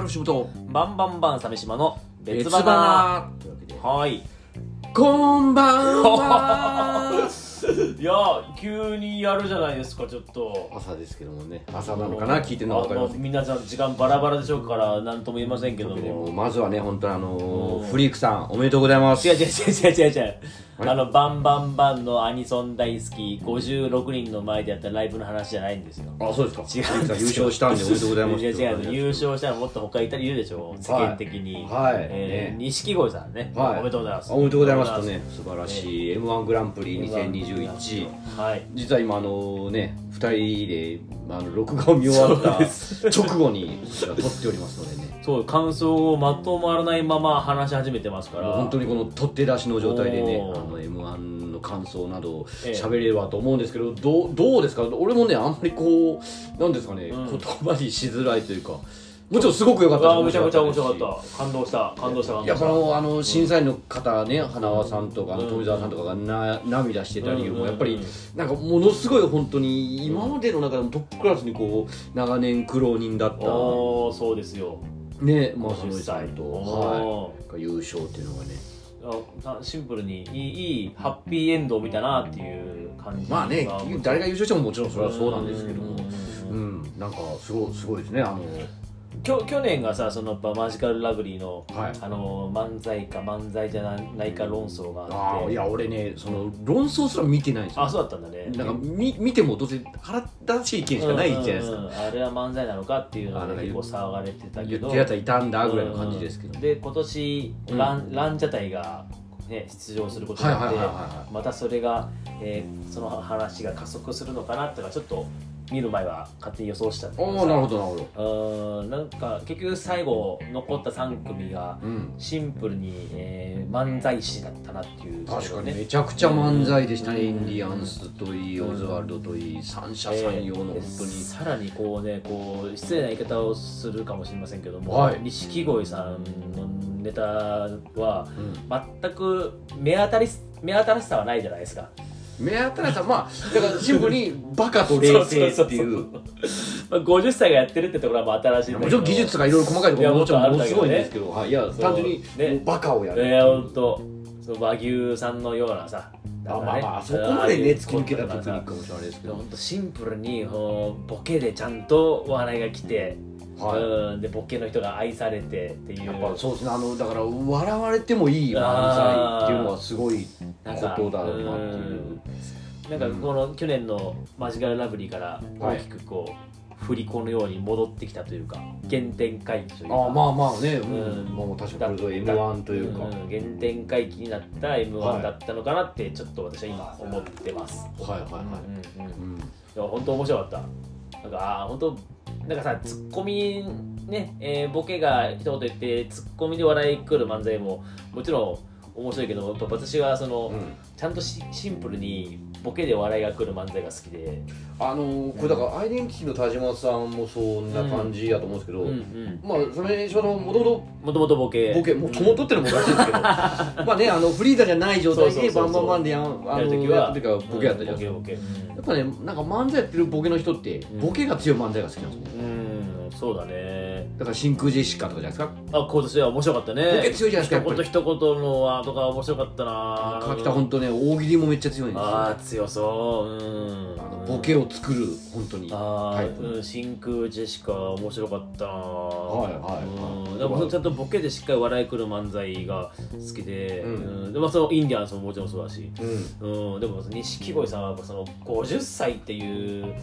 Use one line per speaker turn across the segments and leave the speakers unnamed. の仕事
バンバンバン鮫島の別花
というわけで
はい
こんばん は
いや急にやるじゃないですかちょっと
朝ですけどもね朝なのかな聞いてるのは分かりま
あ
せ
あ
ん
みんなじゃん時間バラバラでしょうから何とも言えませんけど
けども
も
まずはね本当にあの
うん
ーフリークさんおめでとうございます
違う違う違う違う違う違う
あれ
あのバンバンバンのアニソン大好き56人の前でやったライブの話じゃないんですよ
あそうですか
違うん
フ
で
リークさん優
すよ
勝したんでおめでとうございます
違う違う優勝したらもっと他いたりいるでしょう世間的に
はい
え
ね
ー錦鯉さんね
はい
おめでとうございます
おめでとうございますとね素晴らしい m 1グランプリ2021
はい
実は今あのね2人であの録画を見終わった
そうです
直後にこちら撮っておりますのでね
そう感想をまとまらないまま話し始めてますから
もう本当にこの取って出しの状態でね
おー
あの m 1の感想など
ええ
喋れればと思うんですけどどうどうですか俺もねあんまりこうなんですかね、
うん
言葉にしづらいというかもちろんすごく良か
う
った
わめちゃくちゃ面白
し
かった感動した感動した感
い
動
や
し
こ
た
のあの審査員の方ね花輪さんとかあの
うん
富澤さんとかがな涙してたり
うん
もうやっぱりなんかものすごい本当に今までの中でもトップクラスにこう長年苦労人だった
おーそうですよ
ねまあそのさんとは
お
いが
ー
優勝っていうのがね
あシンプルにいいいいハッピーエンドみたいなっていう感じ
まあね
が
誰が優勝してももちろんそれはそうなんですけども
うん
うんなんかすごいすごいですねあの
きょ去年がさそのやっぱマジカルラブリーの、
はい
あの漫才か漫才じゃないか論争があ
あ
っ
ーい
て
や俺ねその論争すら見てないんです
あ
よ
そうだったんだね
なんかみ見てもどうせ腹立たしい意見しかないじゃないです
う
か
んうんうんあれは漫才なのかっていうの
あ
が
なんか
結構騒がれてた
言
け
って
ど
るやつはいたんだぐらいの感じですけど
うんで今年ラン、ランジャタイが、ね、出場することになっ
はい
て
はいはいはいは
またそれが、えーその話が加速するのかなっていうのはちょっと見る前は勝手に予想したんだけ
おお
どさ
なるほどなるほど
うんなんか結局最後残った3組が
うん
シンプルに、えー漫才師だったなっていう
確かに
ね
めちゃくちゃ漫才でしたね、
うん
インディアンスといい、
うん
オズワルドといい三者
え
三
ー
様の本当に、
さらにこうねこう失礼な言い方をするかもしれませんけども
はい
錦鯉、さんのネタは
うん
全く目当たり目新しさはないじゃないですか、
目新しさまあだからシンプルにバカと冷静ってい
そうまあ、50歳がやってるってところはまあ新しいんだ
も
け
ちろ
ど
ん技術がいろいろ細かいところ
いや
もちろんもの
も
す
ち
ご
ろん
いん
あるんだけどね
ですけど、はい、いや単純に
ね
もうバカをやるっていう
えー、ほんとその和牛さんのようなさ
あ
なん
ま
か
あ
ね
まああそこまでね
ああいう
突き抜けたテクニッ
こ
クかもしれないですけ
とがさほ
ど
んとシンプルにこうボケでちゃんとお笑いが来て、
は
うんでボケの人が愛されてってい
いうやっぱそうですねあのだから笑われてもいい漫才っていうのはすごいことだなっていう
なんかこの去年のマジカルラブリーから
はい
大きくこう振り子のように戻ってきたというか原点回帰というか
ああまあまあね、うん
うん
もう確かにこれぞ M1 というか、
ん原点回帰になった m
はい
1だったのかなってちょっと私は今思ってます、
はいはいは
うんうんい
い、うん、
や本当面白かったなんかあー本当なんかさツッコミね、えーボケが一言言ってツッコミで笑い来る漫才ももちろん面白いけどやっぱ私はその、
うん
ちゃんとしシンプルにボケで笑いが来る漫才が好きで
あのーこれだからアイデンティティの田島さんもそんな感じやと思うんですけど、
うんうん
まあそれそのもとも
もともとボケ
とボケもともとってのもおかしいですけ どまあねあのフリーザじゃない状態
そう
で
そう
バ
そうそう
ンバンバンでやんあ
や
の
るとき
や
は
ってるからボケやったじゃない
ん
ですか、
ボケボケ
やっぱねなんか漫才やってるボケの人って
ん
ボケが強い漫才が好きなんですよ、ね
うん、うん、そうだね
だから真空ジェシカとかじゃないですか
あ、今年は面白かったね。
ボケ強いじゃないですかやっぱり
一言一言のワードが面白かったな。
川北本当ね大喜利もめっちゃ強いんですよ
あ
あ
あ、強そう。うん。
のボケを作る本当に
あ
タイ
ー
プ
うん、真空ジェシカ面白かったなはい
はいはい
でもちゃんとボケでしっかり笑いくる漫才が好きで,、
う
うんんでまあ、そのインディアンスももちろんそうだし、
うん
うん、でも錦鯉さんはやっぱその50歳っていう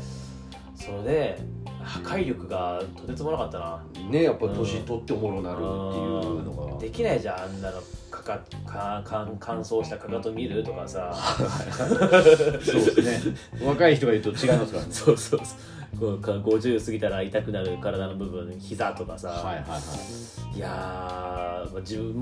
それで破壊力がとてつもなかったな
ねやっぱ年取っておもろなるっていうのが
できないじゃんあんなのかかかか乾燥したかかと見るとかさ
そうですね若い人が言うと違います からね
そうそうそうこうか50過ぎたら痛くなる体の部分膝とかさ、、
はいはいはい
やーまあ自分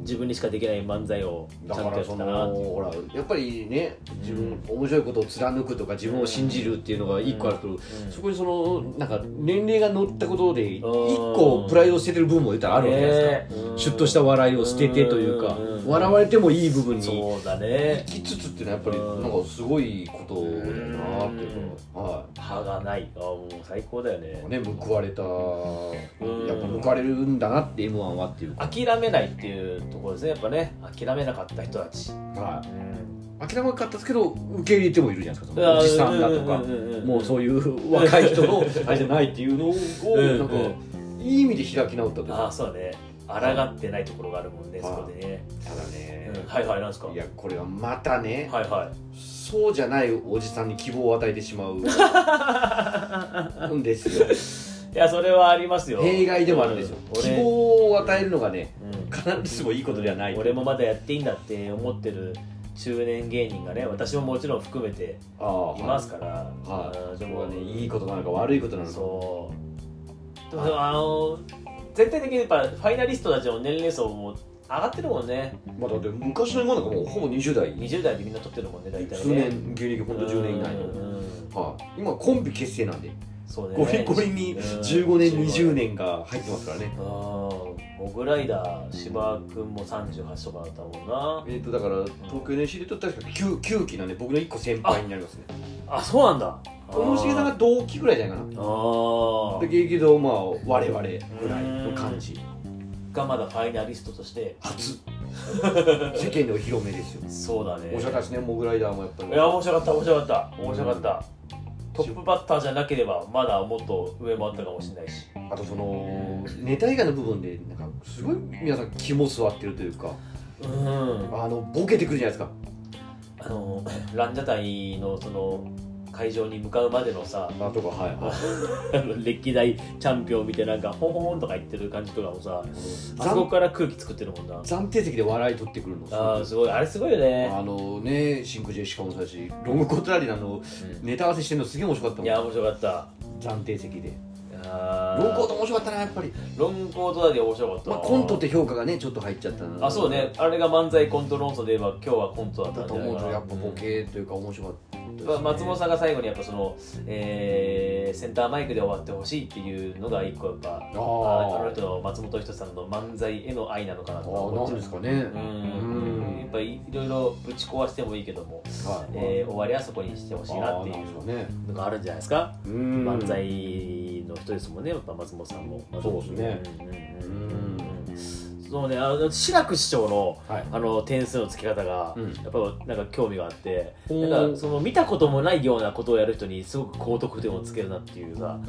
自分にしかできない漫才を
い
ち
だ
ゃん
か
とや
ら
っ
そ
た
の
なっていう
ほらやっぱりね自分、面白いことを貫くとか自分を信じるっていうのが一個あると、そこにそのなんか年齢が乗ったことで一個プライドを捨ててる部分も言ったらあるわけじゃないですか、
ねうん
シュッとした笑いを捨ててというか、
うんうん
笑われてもいい部分に行
そうだね
きつつっていうのはやっぱりなんかすごいことだなっていうのは、はい
歯差がないあーもう最高だよね
ね報われた、
ん
やっぱ報われるんだなって m 1はっていうか、
諦めないっていうところですねやっぱね諦めなかった人たち
はい諦めなかったですけど受け入れてもいるじゃないですかその
あー
おじさんだとか、
うんうんうんうん
もうそういう若い人のあれじゃないっていうのを、
うん
なんかいい意味で開き直ったという
ああ
か
そうだね抗ってないところがあるもんね
は
そ
い
こでね、
ただね、
うんはいはいなんですか
いやこれはまたね、
はいはい
そうじゃないおじさんに希望を与えてし まうんですよ
いやそれはありますよ
弊害でもあるんですよ
俺
希望を与えるのがね
うん
必ずしもいいことではない
俺もまだやっていいんだって思ってる中年芸人がね私ももちろん含めて
ああ
いますから
はい
あー
そ
で
こ
も
はねいいことなのか悪いことなのか
そうでもあの全体的にやっぱファイナリストたちの年齢層も上がってるもんね
まあだって昔の今なんかもうほぼ20代
20代でみんな撮ってるもんね大体
数
ね
年芸歴ほんと10年以内の
うん
はい今コンビ結成なんで
そうね
ゴリゴリに15年20年が入ってますからね
うんモグライダー芝君も38とかだったもんな
えっとだから東京 NC でと確か 9, 9期なんで僕の1個先輩になりますね
あそうなんだ
ともしげさんが同期ぐらいじゃないかな
あー
だけどまあ我々ぐらいの感じ
がまだファイナリストとして
初世間でお披露目ですよ
そうだね
面白かったですねモグライダーもやっぱり
いや面白かった面白かった面白かった、トップバッターじゃなければまだもっと上もあったかもしれないし
あとそのネタ以外の部分でなんかすごい皆さん肝座ってるというか
うん
あのボケてくるじゃないですか
あの ランジャタイのその会場に向かうまでのさ
あとかはいはい
あの歴代チャンピオン見てなんかホンホンとか言ってる感じとかもさあそこ
暫
から空気作ってるもんな
暫定席で笑い取ってくるの
あーすごいあれすごいよね
あのね真空ジェシカもそうだしロングコートラリーのあのネタ合わせしてるのすげえ面白かった
いや
も
面白かった
ん暫定席で
あ
ロングコート面白かったなやっぱり、
ロングコートダディ面白かった、
まあ、コントって評価がねちょっと入っちゃったな
あそうねあれが漫才コント論争で言えば今日はコントだった
だ
ん
と
じゃな
思
い
う
か
と
な
やっぱボケというか面白かったですね、
まあ松本さんが最後にやっぱその、えーセンターマイクで終わってほしいっていうのが一個やっぱあ
あー
ーあの人の松本人志さんの漫才への愛なのかな
あ
とは
ーな
思っ
ん
ちゃ
で
う
すかね
うんやっぱりいろいろぶち壊してもいいけども、
はい、
えー終わりはそこにしてほしいなってい
あーなんで
う
すかね
のがあるんじゃないですか、
うん
漫才の人ですもんねやっぱ松本さんも
そうですね
うんうんうんうんそうねあの志らく師匠の
はい
あの点数の付け方が、
うん
やっぱなんか興味があって、
うん
なんかその見たこともないようなことをやる人にすごく高得点をつけるなっていうさ、
ああ、は
ね
い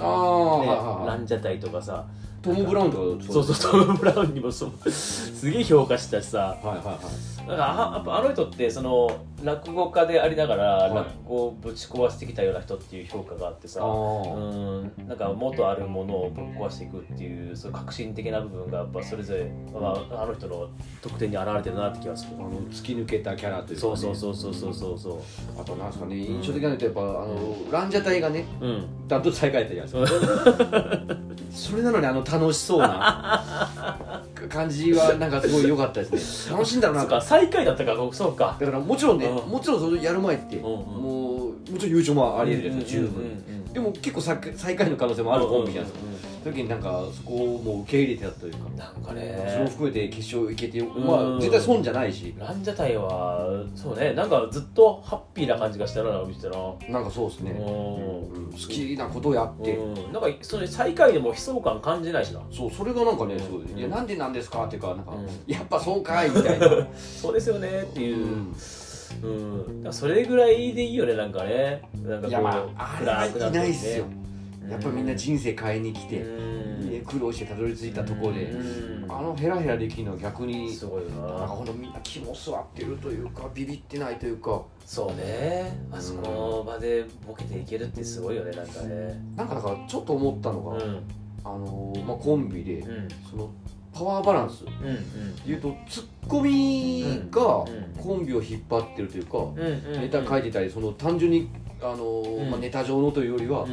は
ラ
いはい
ンジャタイとかさ
トム・ブラウンとか
そうそう
う
トム・ブラウンにもそうすげえ評価したしさ
はいはいはい
なんかあやっぱあの人ってその落語家でありながら、
い
落語をぶち壊してきたような人っていう評価があってさ
あ
うんなんか元あるものをぶっ壊していくっていうそういう革新的な部分がやっぱそれぞれ、まあ、あの人の特点に表れてるなって気がする
あ。の突き抜けたキャラというか、ね、
そうそうそうそうそうそうそ
あとなんですかね印象的なのってやっぱあのランジャタイがね
ううん
ダントツ最下位だったじゃないですかそれなのにあの楽しそうな感じはなんかすごい良かったですね楽しいんだろう
な
なんんか
か最下位だったからそうか
だからもちろんね
うん
もちろんそれやる前って
んうん
もうもちろん優勝もありえるじゃないですか十
うんうん
分
うん
でも結構さ最下位の可能性もあるコンビじゃないですか
うんうんうん
時になんかそこをもう受け入れてたというか
なんか
それも
ね
含めて決勝行けて
ん
まあ絶対損じゃないし
ランジャタイはそうねなんかずっとハッピーな感じがしたななんか見てたなう
なんかそうですね
ん
うん好きなことをやって
うんなんかそれ最下位でも悲壮感感じないしな
そうそれがなんかね
うん
すごいいやなんでなんですかっていうかなんか
うん
やっぱそうかいみたいなうん
そうですよねっていううんだからそれぐらいでいいよねなんかねなんか
い
こ
や
う
まああれはいないっすよ
うん
やっぱみんな人生変えに来
う
て
ん
ね苦労してたどり着いたところで
うん
あのヘラヘラできるのは逆に
すごいよ
なんか
な
ほんとみんな肝座ってるというかビビってないというか
そうねあそこの場でボケていけるってすごいよねなんかね
なんかだからちょっと思ったの
うん
があのーまあコンビで
うん
そのパワーバランス
うんうん
言うとツッコミが
うん
コンビを引っ張ってるというかネ
ネ
タ書いてたりその単純にあのー
うん
まあネタ上のというよりは
う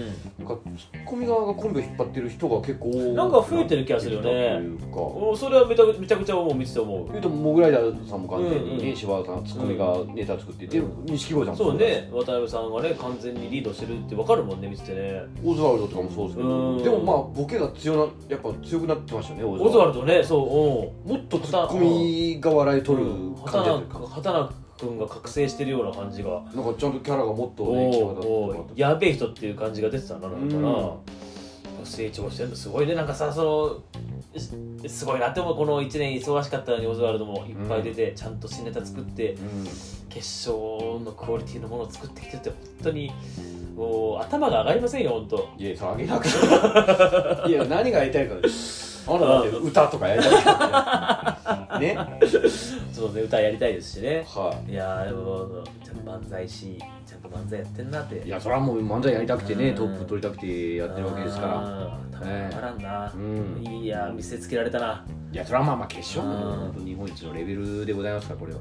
なんかツッコミ側がコンビを引っ張ってる人が結構多く
なんか増えてる気がするよね
なってきたというか
ん、それはめちゃくめちゃくちゃ思う見てて思
言うとモグライダーさんも完全に
うんう
ね
ん
柴田さんツッコミがネタ作ってて
うん
錦鯉さんも
うそう
だし
ね渡辺さんがね完全にリードしてるってわかるもんね見ててね
オズワルドとかもそうですけ
うん
どでもまあボケが強なやっぱ強くなってましたねオ
オズワルドねそううん
もっとツッコミが笑い取る
うん
感じだとい
畑
うか
中畑君が覚醒してるような感じが
なんかちゃんとキャラがもっとね際立って
お
と
ー
か
おーやべえ人っていう感じが出てたななんかな、成長してるのすごいねなんかさそのすすごいなって思うこの1年忙しかったのにオズワルドもいっぱい出て、ちゃんと新ネタ作って決勝のクオリティのものを作ってきてて本当にもう頭が上がりませんよ本当
いやそれあげなく ていや何がやりたいかですあなただって歌とかやりたいから ねね
そうね歌やりたいですしね
はい
やーでもちゃんと漫才しちゃんと漫才やってんなって
いいやそれはもう漫才やりたくてね
うん
トップ取りたくてやってるわけですから
うん頭が上がらんな
う、ん
いやー見せつけられたな、
いやそれはまあまあ決勝
うん
も本当日本一のレベルでございますからこれは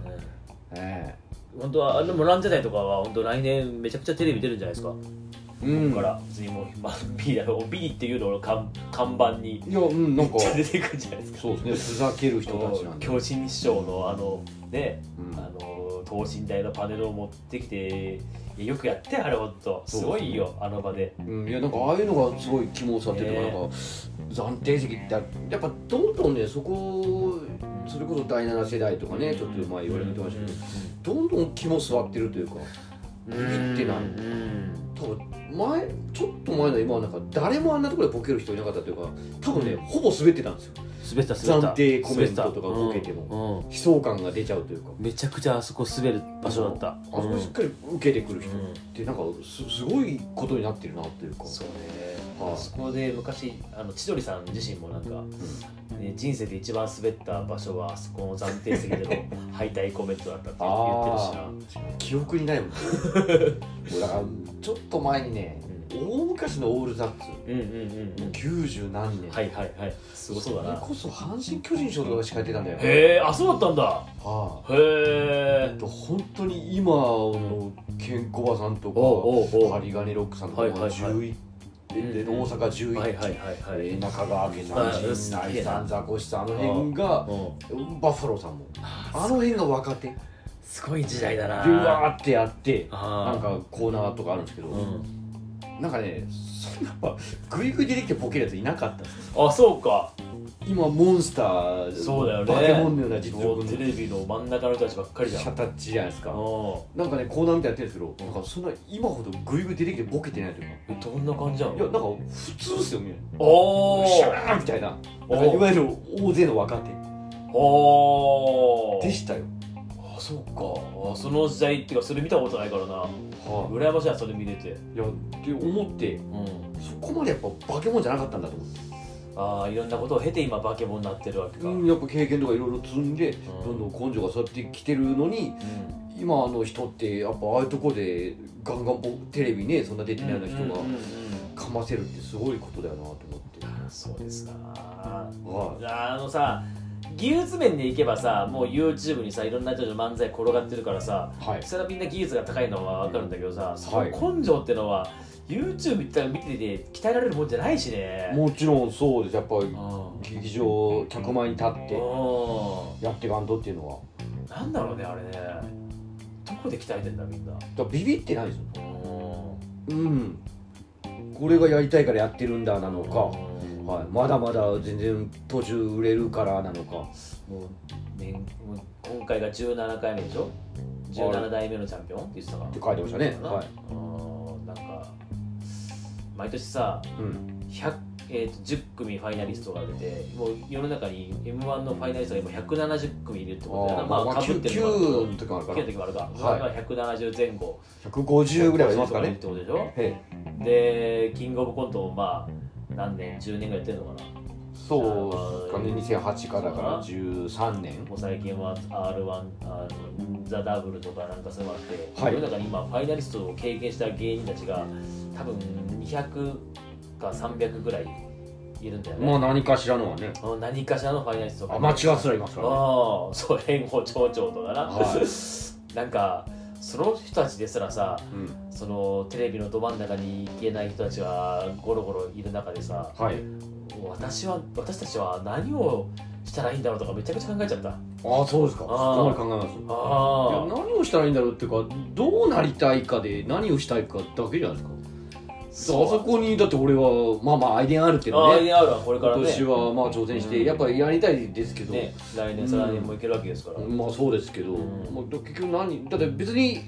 え
本当はでもランジャタイとかは本当来年めちゃくちゃテレビ出るんじゃないですか、
えうん
ここから別にもう、まあ、ビリだろビリっていうのを看看板に
いやうんなんか
出てくるんじゃないですか
そうですねふざける人たちなんで
強心師匠のあのね、
うん
あの等身大のパネルを持ってきていやよくやってあれ本当すごいよあの場で
うん、いやなんかああいうのがすごい肝さってるとか、な
ね
んか暫定席ってやっぱどんどんねそこそれこそ第7世代とかねちょっと前言われてましたけどどんどん肝座ってるというか
うん
握ってない
うん
多分前ちょっと前の今はなんか誰もあんなところでボケる人いなかったというか多分ね、
うん
ほぼ滑ってたんですよ
滑った滑った
暫定コメントとかボケても
も、うんうん
悲壮感が出ちゃうというか
めちゃくちゃあそこ滑る場所だった
あそこしっかり受けてくる人
うん
ってなんかすすごいことになってるなというか、
そうね、
はい
あそこで昔あの千鳥さん自身もなんか、ね人生で一番滑った場所はあそこの暫定席での敗退コメントだったって言ってるしな
あ記憶にないもんもうだからちょっと前にね、大昔のオールザッツ
うんうんうんうん
90何年
はいはいはいすごそうだ
れ
な
こそ阪神・巨人賞とかが司会ってたんだよ
へえあそうだったんだ
は
へえ
い、本当に今のケンコバさんとか
おうおうおう
針金ロックさんとか
はいはいはい
11でで
うん
大阪11、
はいはいはいはい
えー中川家さん、
あ
陣内さ
うん
ん、ザコシさん、あの辺が、
うん
バッファローさんも、あの辺が若手、で
すごい時代だ
う
な
わーってやって、
あ
な
ー
んかコーナーとかあるんですけど、
うん
なんかね、そんなまあグイグイ出てきてボケるやついなかったんです
あそうか
今、モンスター、
そうだよね
バケモンのような実
も
力
うテ
の
レビの真ん中の人たちばっかりじゃん
人たちじゃないです
う
か。
ん
なんかね、コーナーみたいなやってるんですけど、なんかそんな今ほどグイグイ出てきてボケてないというか、
えどんな感じない
や、なん
の
か普通っすよ、みたいな。
お
シャ
ー
ーンみたいな、
お
なんかいわゆる大勢の若
お
手でしたよ。
あそうかあその時代っていうかそれ見たことないからな
はい
羨ましいなそれ見れて
いやって思って
うん
そこまでやっぱ化け物じゃなかったんだと思って
ああいろんなことを経て今バケモンになってるわけか、
うんやっぱ経験とかいろいろ積んで、
うん
どんどん根性が育ってきてるのに今の人ってやっぱああいうとこでガンガンぼテレビねそんな出てないような人が
うんうんうん
かませるってすごいことだよなと思って、
うんそうですな
はい
あのさ技術面でいけばさもう YouTube にさいろんな人の漫才転がってるからさ
はい
それはみんな技術が高いのは分かるんだけどさ、そ
はい
の根性ってのは YouTube 行ったら見てて鍛えられるもんじゃないしね
もちろんそうですやっぱ
う
り
ん
劇場客前に立って
うん
やってかんとっていうのは
なんだろうねあれねどこで鍛えてんだみんな
だからビビってないですよ
う
うんこれがやりたいからやってるんだなのか、
ん
はい、まだまだ全然途中売れるからなのか
もうねもう今回が17回目でしょ17代目のチャンピオンって言ってたから
って書いてましたね
かな
はい、
うんなんか毎年さ
うん、
100えーと10組ファイナリストが出てもう世の中に m 1のファイナリストが今170組いるってことだよなまあかぶってるのもある
9の時もあるか
9
ら
の時もあるか、
はい
まあ170前後
150ぐらいはいますか
っ
ね
てことでしょ
ええ
でキングオブコントもまあ何年10年ぐらいやってるのかな
そうですかね
あ
2008からだから13年
もう最近は R1 あのザ・ダブルとかなんかそういうのもあって、
はい
世の中に今ファイナリストを経験した芸人たちが多分200か300ぐらいいるんだよね、
まあ何かしらのはね
もう何かしらのファイナリストが
アマチュアすらいますからね
ああそう連合町長とかな、
は
なんかその人たちですらさ
うん
そのテレビのど真ん中に行けない人たちがゴロゴロいる中でさ
はい
私は私たちは何をしたらいいんだろうとかめちゃくちゃ考えちゃったあ
ああそうですかそ
あ
こま
あ
で考えますいや
あ
何をしたらいいんだろうっていうかどうなりたいかで何をしたいかだけじゃないですかそうあそこにだって俺はまあまあアイデアあるけ
あ
ど
あい
ね
やあるわこれから
今
ね
年はまあ挑戦して、
うん
やっぱりやりたいですけど、
ね来年再来年もいけるわけですから、
まあそうですけど、
うん
まあ、結局何だって別に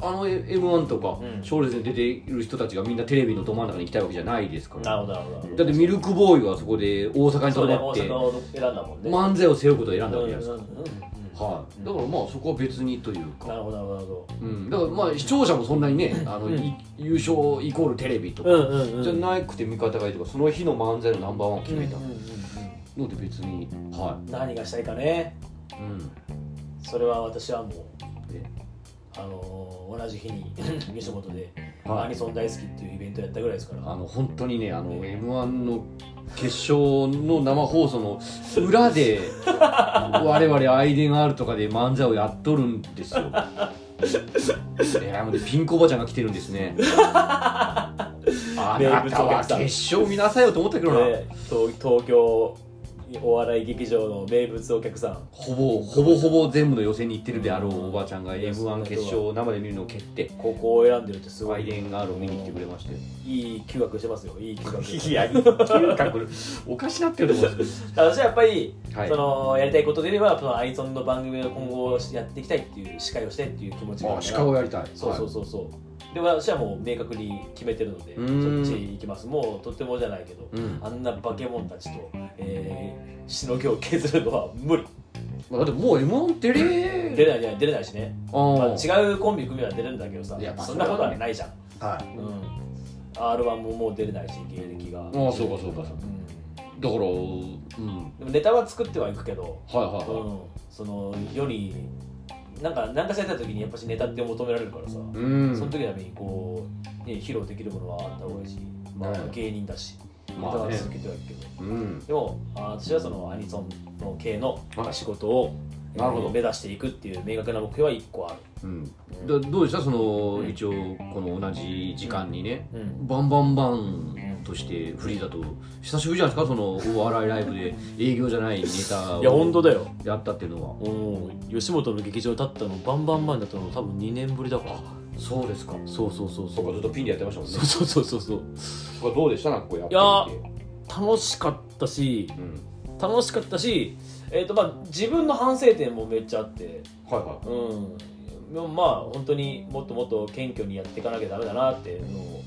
あの m 1とか
うん
賞レースに出ている人たちがみんなテレビのど真ん中に行きたいわけじゃないですから
なるほどなるほど
だってミルクボーイはそこで大阪に
そ
と
うね
どま
大
って、
阪を選んだもんね
漫才を背負うことを選んだ
う
わ
ん
け
う
じ
ん
ゃ
う
ないですか、
ん
はい、だからまあそこは別にという
な
か、
るほどなるほどなるほ
うん、だからまあ視聴者もそんなにねあの、
うん
い優勝イコールテレビとか、
どうんうんうん
じゃなくて味方がいいとかその日の漫才のナンバーワンを決めた
うんうんうん
ので別に、は
うん何がしたいかね
い、うん、
それは私はもう
え
あのー同じ日に 吉本で
はい
アニソン大好きっていうイベントやったぐらいですから
あの本当にねあの m 1の決勝の生放送の裏で我々アイデンあるとかで漫才をやっとるんですよ。いやもうねピンクおばちゃんが来てるんですね。あなたは決勝見なさいよと思ったけどな。
で東東京お笑い劇場の名物お客さん
ほぼほぼほぼ全部の予選に行ってるであろうおばちゃんが m 1決勝を生で見るのを蹴って
高校を選んでるってすご
アイデ
い
ンがあるを見に来てくれましたよ。
いい休学してますよいい休学
いやいいかこれおかしなってると思うんです
私はやっぱり、
よはい
そのやりたいことで言えばそのアニソンの番組を今後やっていきたいっていう司会をしたいっていう気持ちがあ
あ
るから
鹿をやりたい。
そうそうそうそう、で私はもう明確に決めてるので
うーん
そっち行きますもうとってもじゃないけど、
うん
あんな化け物たちと、えー、しのぎを削るのは無理
まあ、だってもう m 1出れ
出れないじゃない出れないしね、
あー
まあ、違うコンビ組めば出れるんだけどさ
いやまあ
そんなことはないじゃん、
は
うん r 1ももう出れないし芸歴が
ああそうかそうかそうか
ん
だからうん
でもネタは作ってはいくけど、
はいは
う
いは
ん、そのよりなんか何かされた時にやっぱしネタって求められるから
い
さ、
うん
その時のためにこう、ね、披露できるものはあった方がいいし、ま
ね
あ、芸人だし、ま
ま
た
あね
続けてはいくけど、
うん
でもあー私はそのアニソンの系の
はい
仕事を、
なるほど
えー目指していくっていう明確な目標は1個ある。
うんだどうでしたその、一応この同じ時間にね、
うん
バンバンバンとしてフリーだと久しぶりじゃないですかそのお笑いライブで営業じゃないネタを
いや本当だよ
やったっていうのは
吉本の劇場立ったのバンバンバンだったの多分2年ぶりだから
そうですか
そうそうそう
そうかずっとピンでやってましたもんね
そうそうそうそう
そうかどうでしたなんかこうやってみて
楽しかったし
うん
楽しかったし、えーとまあ、自分の反省点もめっちゃあって
はいは
うん、でもまあ本当にもっともっと謙虚にやっていかなきゃダメだなっていうのを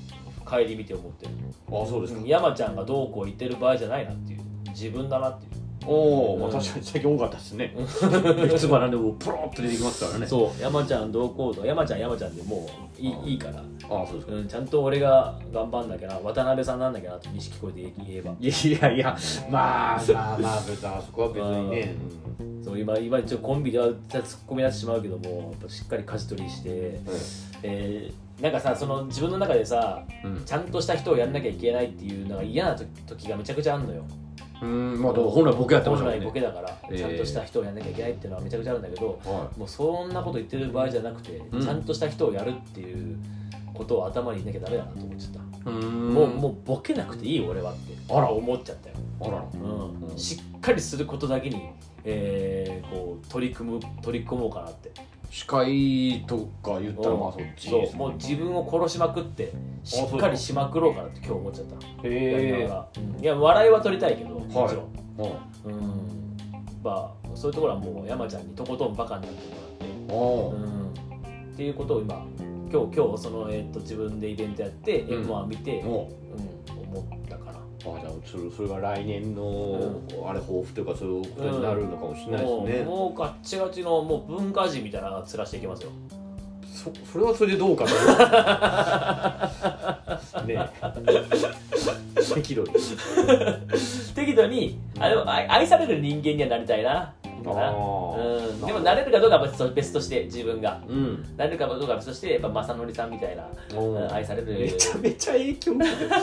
帰り見て思ってる
いあそうですか、
山ちゃんがどうこう言ってる場合じゃないなっていう自分だなっていう
おお、まあ、
うん
確かに最近多かったですね 三つ葉なんでもうポロッと出てきますからね
そう山ちゃんどうこうと山ちゃん山ちゃんでもうい
あー
いいいから、
ああそうですか
うん、ちゃんと俺が頑張んなきゃな渡辺さんなんだけどなと錦鯉で言えば
いやいや、まあまあまあ、別にあそこは別にね、うん
そう今今一応コンビでは突っ込み出してしまうけどもやっぱしっかり舵取りして、えーなんかさその自分の中でさ
うん
ちゃんとした人をやんなきゃいけないっていうのが嫌な時時がめちゃくちゃあるのよ
うん、まあ、だから本来僕やってましたもん
本来
ね。
ボケだから、
えー
ちゃんとした人をやんなきゃいけないっていうのはめちゃくちゃあるんだけど
は
もうそんなこと言ってる場合じゃなくて、
ん
ちゃんとした人をやるっていうことを頭に入れなきゃダメだなと思っちゃった、
い。うん
もうもうボケなくていい俺はって
あら
思っちゃったよ、
あらら。
うん
うん
しっかりすることだけに、えーこう取り組む取り組もうかなって
司会とか言ったら、まあ、そっち
そ
で
う
す
も
ね。
う自分を殺しまくってしっかりしまくろうかなって今日思っちゃった、やり
へ
な
え。
がらうんいや笑いは取りたいけどもちろん、
はいうん
うんまあそういうところはもう山ちゃんにとことんバカになっても
ああ
らって、うん、っていうことを今今日今日その、えっと自分でイベントやって
うん
m 1見て、うん
お
思ったから
あじゃあそれそれが来年の、あれ抱負というかそういうことになるのかもしれない
もう
ですね、
もうガッチガチのもう文化人みたいなのがらしていきますよ
そそれはそれでどうかと思うねえ適度に
適度にあでも愛愛される人間にはなりたいなかな
あー
うん、でもなれるかどうかは別と別として自分が
うん
なれるかどうかは別としてやっぱ正則さんみたいな、
お
うん
ー
愛される
めちゃめちゃ影響受けてるあ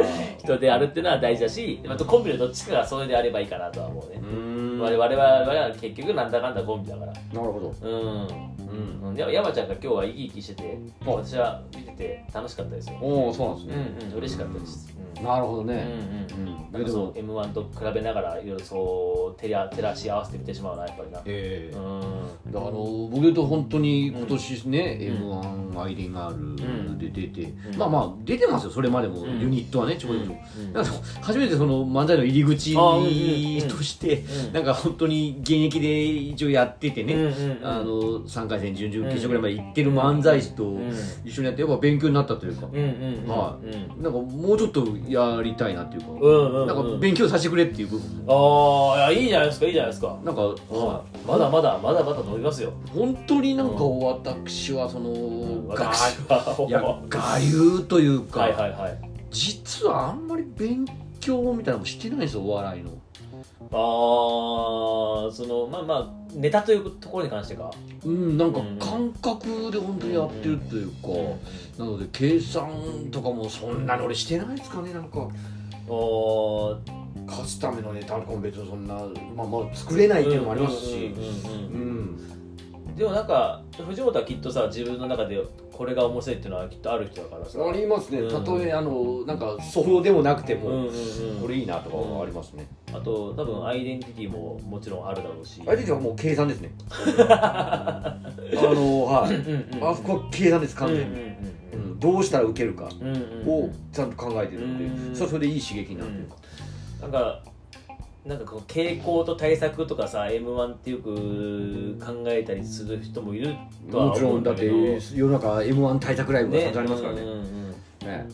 ー
人であるっていうのは大事だし、またコンビのどっちかがそれであればいいかなとは思うね
う。ーん
我々は我々は結局なんだかんだコンビだから。
なるほど
うん。
うん
うん、や山ちゃんが今日は生き生きしてて
お
私は見てて楽しかったですよ、
おおそうなん
うん
ですね、
うん、嬉しかったです、うん
なるほど
うん
ね、
う
うんん
なんか
で
そう
も
m 1と比べながらいろいろそう照ら照らし合わせて見てしまうなやっぱりな
ええ
うん
だからあの僕で言うと本当に今年ね、
うん
m 1アイリンガールで出て、
うん
まあまあ出てますよそれまでも
うん
ユニットはねちょこちょこ、
うん
だから初めてその漫才の入り口
あーうんうん
として
うん
なんか本当に現役で一応やってて
うん
ね、
うんうん
あの3回戦準々決勝ぐらいまで行ってる漫才師と
うん
一緒にやってやっぱ勉強になったというか、
うんうんうん
は
うん
なんかもうちょっとやりたいなっていうか、
うんうんうん
なんか勉強させてくれっていう部分も
ああいいじゃないですかいいじゃないですか
なんか、は
はいまだまだまだまだ伸びますよ
い本当になんか私はその、学習いや
は
我流というか、
はいはいはい
実はあんまり勉強みたいなのもしてないんですよお笑いの
ああそのまあまあネタというところに関してか
うんなんか
うん
感覚で本当にやってるというか、なので計算とかもそんなに俺してないですかねなんか
おー
勝つためのネタとかも別にそんな、まあ、まあ作れないっていうのもありますし
うんうんうんうん
うん、
でもなんか藤本はきっとさ自分の中でこれが面白いっていうのはきっとある人だからさ
ありますね
うん
たとえあのなんか素朴でもなくて
うん
も、
うんうん
これいいなとかはありますね、
あと多分アイデンティティももちろんあるだろうし
あれではもう計算ですね あのは
う
い
んうんうん
あそこは計算です完全に、
うん
うんどうしたら受けるか
うんうんうんうん
をちゃんと考えてるので、
うん
それはそれでいい刺激になるというか、
なんかなんかこう傾向と対策とかさ m 1ってよく考えたりする人もいるとは
もち
思
ろ
うんん
だ
だ
って
けど
世の中 m 1対策ライブが散々ありますからね
うんうんうん
ね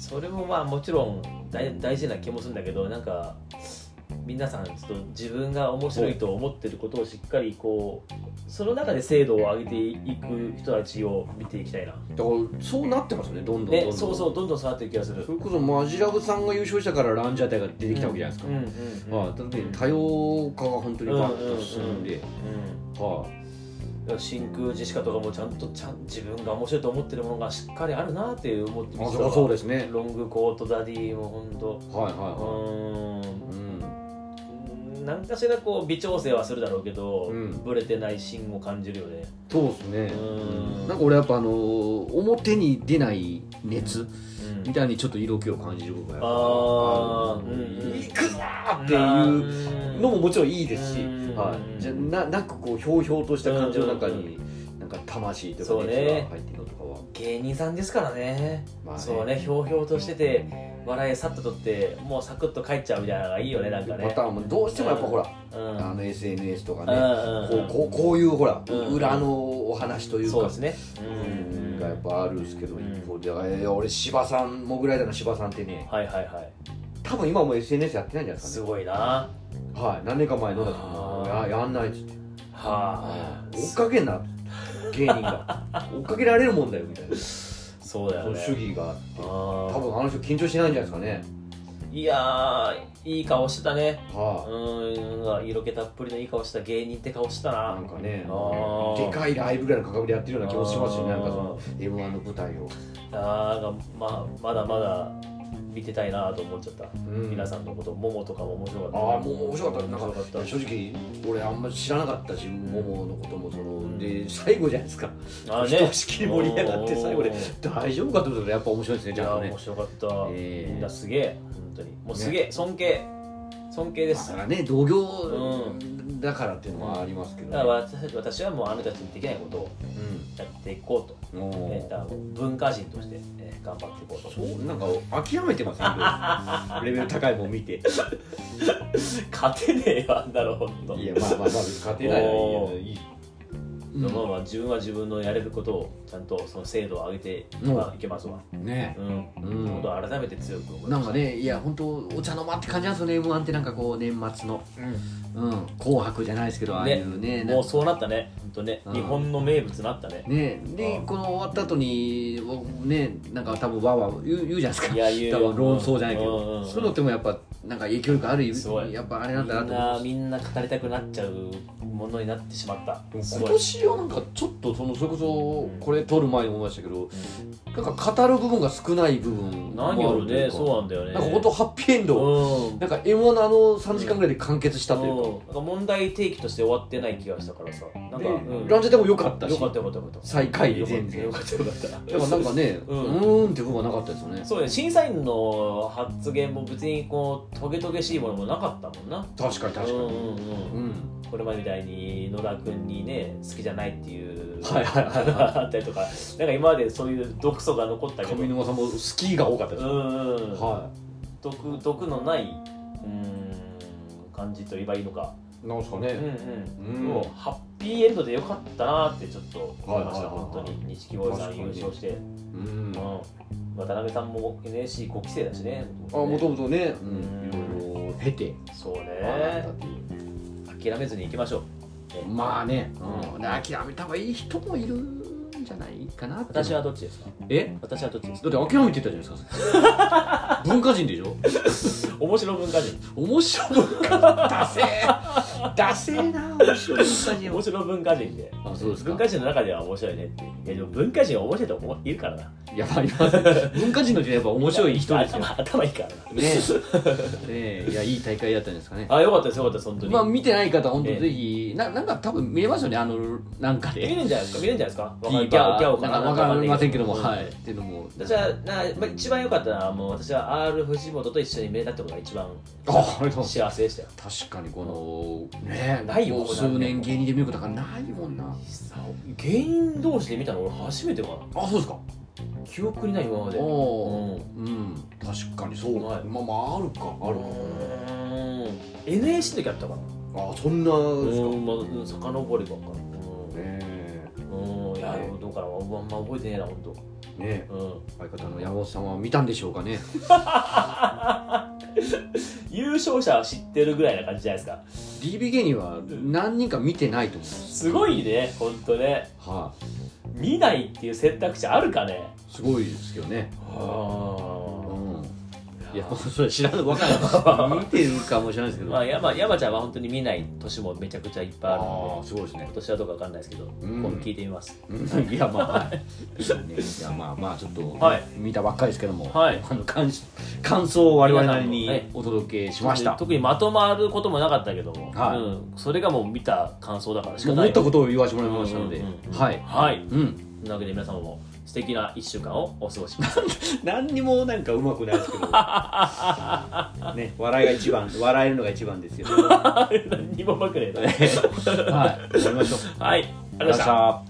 それもまあもちろん大大事な気もするんだけどなんか皆さんちょっと自分が面白いと思ってることをしっかりこうその中で精度を上げていく人たちを見ていきたいな、
だからそうなってますよねどんどんどんどん、
ね、そうそうどんどん下がってる気がする
それこそマジラブさんが優勝したからランジャタイが出てきたわけじゃないですか、
うんうんうん
はいだって多様化が本当にバッと進んで、
うん
はい
だから真空ジェシカとかもちゃんとちゃん自分が面白いと思ってるものがしっかりあるなっていう思って
あ
ま
そ
す
こそうですね
ロングコートダディも本当
はいはい
う
は
ーん
いうん
何かしらこう微調整はするだろうけど、
うん
ブレてない芯を感じるよね
そうですね
うん
なんか俺やっぱあのー表に出ない熱
うん
みたいにちょっと色気を感じる部分がやっぱあ
あー
る
うんうん
行くぞーっていうのももちろんいいですし、
うん
はい、じゃななんかこうひょうひょうとした感じの中
うん
に、なんか魂と
そ
か
うね
熱が入ってるのとかは、
芸人さんですからね
まあ
そうねひょうひょうとしてて笑いさっと取ってもうサクッと帰っちゃうみたいなのがいいよねなんかね
パターンもどうしてもやっぱほら、
うん
あの SNS とか
う
ね、
んうんう
こ
ん
うこうこういうほら、
うん
裏のお話という
そう
か
ですね
うんがやっぱあるんですけど、
うん
一方でいや俺柴さんもぐらいだな柴さんってね
はいはいはい
多分今もう SNS やってないんじゃないです
す
かね
ごいなは
はい何年か前のだと思う
あー
いややんないっつって
あ
追っかけんな芸人が追っかけられるもんだよみたいな
そうだよね
主義があって
あ
多
ー
分あの人緊張してないんじゃないですかね
いやーいい顔してたね
は
うんなんか色気たっぷりのいい顔した芸人って顔してた
い、
な
なんかね
あー
でかいライブぐらいの価格でやってるような気もしますし
あー
ねなんかその m 1の舞台を、
あーがままだまだ見てたいなと思っちゃった、
うん
皆さんのことももとかも面白かった
ああもう面白かったなん
面
か
白かっ
正直俺あんま知らなかったしもものこともそので最後じゃないですか
たあー
ひとしきり盛り上がって最後で大丈夫かってことでやっぱ面白いですね
い
ち
や
ゃんと
ー
ね
面白かった、
ええ
みんなすげえ本当にもうすげえ、尊敬尊敬で
だ
す
か
だから
ね同業
う
だからっていうのはありますけど、ね
ら私私はもうあの人たちにできないことをやっていこう
うんも
と、
う
えー、あの文化人として、えー頑張っていこうと
そうなんか諦めてますね レベル高いもん見て
勝てねえよあんなのほんと
いやまあまあまあ勝てない
おー
いい
まあまあ自分は自分のやれることをちゃんとその精度を上げていけばいけますわ、
ね
うん、
うん
今度は改めて強く思い
な
ま
ん
し
か
た
ねいや本当お茶の間って感じなんですよね m 1ってなんかこう年末の、うん、紅白じゃないですけどああいうね
もうそうなったね本当ね
うん
日本の名物になったね
ねで
うん
この終わった後にねなんか多分わーわー言う言うじゃないですか
いや言う
多分論争じゃないけど、
うんうんうん
そういうのってもやっぱなんか影響力ある
すごい
やっぱあれ
み
なんだなんと思
な
う
みんな語りたくなっちゃうものになってしまった
でも
す
今
ごい
年昔はなんかちょっとそのそれこ
うん
そこれ撮る前に思いましたけど、なんか語る部分が少ない部分もあ
何よ
る
り
とい
ね
うか
そうなんだよね
なんか本当ハッピーエンド、
うん
なんか m 1のあの3時間ぐらいで完結したというか、
うんなんか問題提起として終わってない気がしたからさなん
で
か、うん、
ランジャタイも良かったし
よかったよかったよかった
最下位で
よかっ
全
た
然
よかったよかった
だからなんかね、
う
うんん、ーんって部分はなかったですよね
そうね審査員の発言も別にこうトゲトゲしいものもなかったもんな
確かに確かに
うんうんうん
うん
これまでみたいに野田君にね好きじゃないっていう
はいはいはいはい
あったりとかなんか今までそういう毒素が残ったけど
上沼さんもスキーが多かったで
う
す、
んうん
は
毒毒のないうん感じと言えばいいのか
いなんですか
うん
ね、
うん、
うん
もうハッピーエンドでよかったなってちょっと思いました、
はいはいはいはい
本当に錦鯉さん優勝して、
うん
うん
あ
渡辺さんも NSC 5期生だしね
もともとね、うん
うん
いろいろ経て、
そう
ああな
ね
ったっていう
諦めずに行きましょう
まあね、うん、諦めた方がいい人もいるんじゃないかなって
私はどっちですか
え
私はどっちですか
だって諦めてたじゃないです か文化人でしょ
面白文化人
面白い文化人ダセーダセーな面白い文化人
面白文化人で
あそうですか
文化人の中では面白いねっていやでも文化人は面白いと思ういるからな
やばいな文化人の時代やっぱ面白い人ですよね
頭頭いいからな
え いやいい大会だったんですかね
あよかったですよかったです本当に、
まあ見てない方本
ええ
当ぜひななんか多分見えますよねあのなんか
見れ
で
るんじゃないですか見れるんじゃないですかわかん
ー
ギャオギャオ
な
か
ん
な
かわかりませんけども
うん
はいっていうのも
私はな、まあ、一番良かったのはもう私は R 藤本と一緒に見れたってことが一番
あありがとうございます
幸せでしたよ
確かにこのね
ないよ
ここ数年芸人で見ることがないもんな
芸人同士で見たの俺初めてかな
あそうですか
記憶にない今まで
お
う
おーうん確かにそう
はい
まあまああるかあるか
ーん NSC の時あったかな
あそんなですか
うんまあうん遡ればかなうん
ね
うんいやどうかなあんま覚えてねえな本当
えねえ
うん
相方の山本さんは見たんでしょうかね
優勝者は知ってるぐらいな感じじゃないですか
DB 芸人は何人か見てないと思います
すごいね本当ね
はい
見ないっていう選択肢あるかね
すごいですけどねう
あ
んいやもうそれ知らないわから ない見てるかもしれないですけど
ま
あ
あ山山ちゃんは本当に見ない年もめちゃくちゃいっぱいある
あ
の
ーすごいです
で
ね
今年はどうかわかんないですけど、
ん
今度聞いてみます
うんいやまあはいいいねいやまあまあちょっと
はい
見たばっかりですけども、
はい
あの感し感想を我々なり
皆さん
にお届けしました、
特にまとまることもなかったけども、
はい
うん、それがもう見た感想だからし
も
か
う
な
思
い
ったことを言わせてもらいましたので、
うんうんうん
はい、
はい
うん、
というわけで皆様も素敵な1週間をお過ごしください
何にもなんかうまくない ですけどね笑いが一番笑えるのが一番 ですよ
何にもうまくねえな
はいやりましょう
はいありがとうございました
た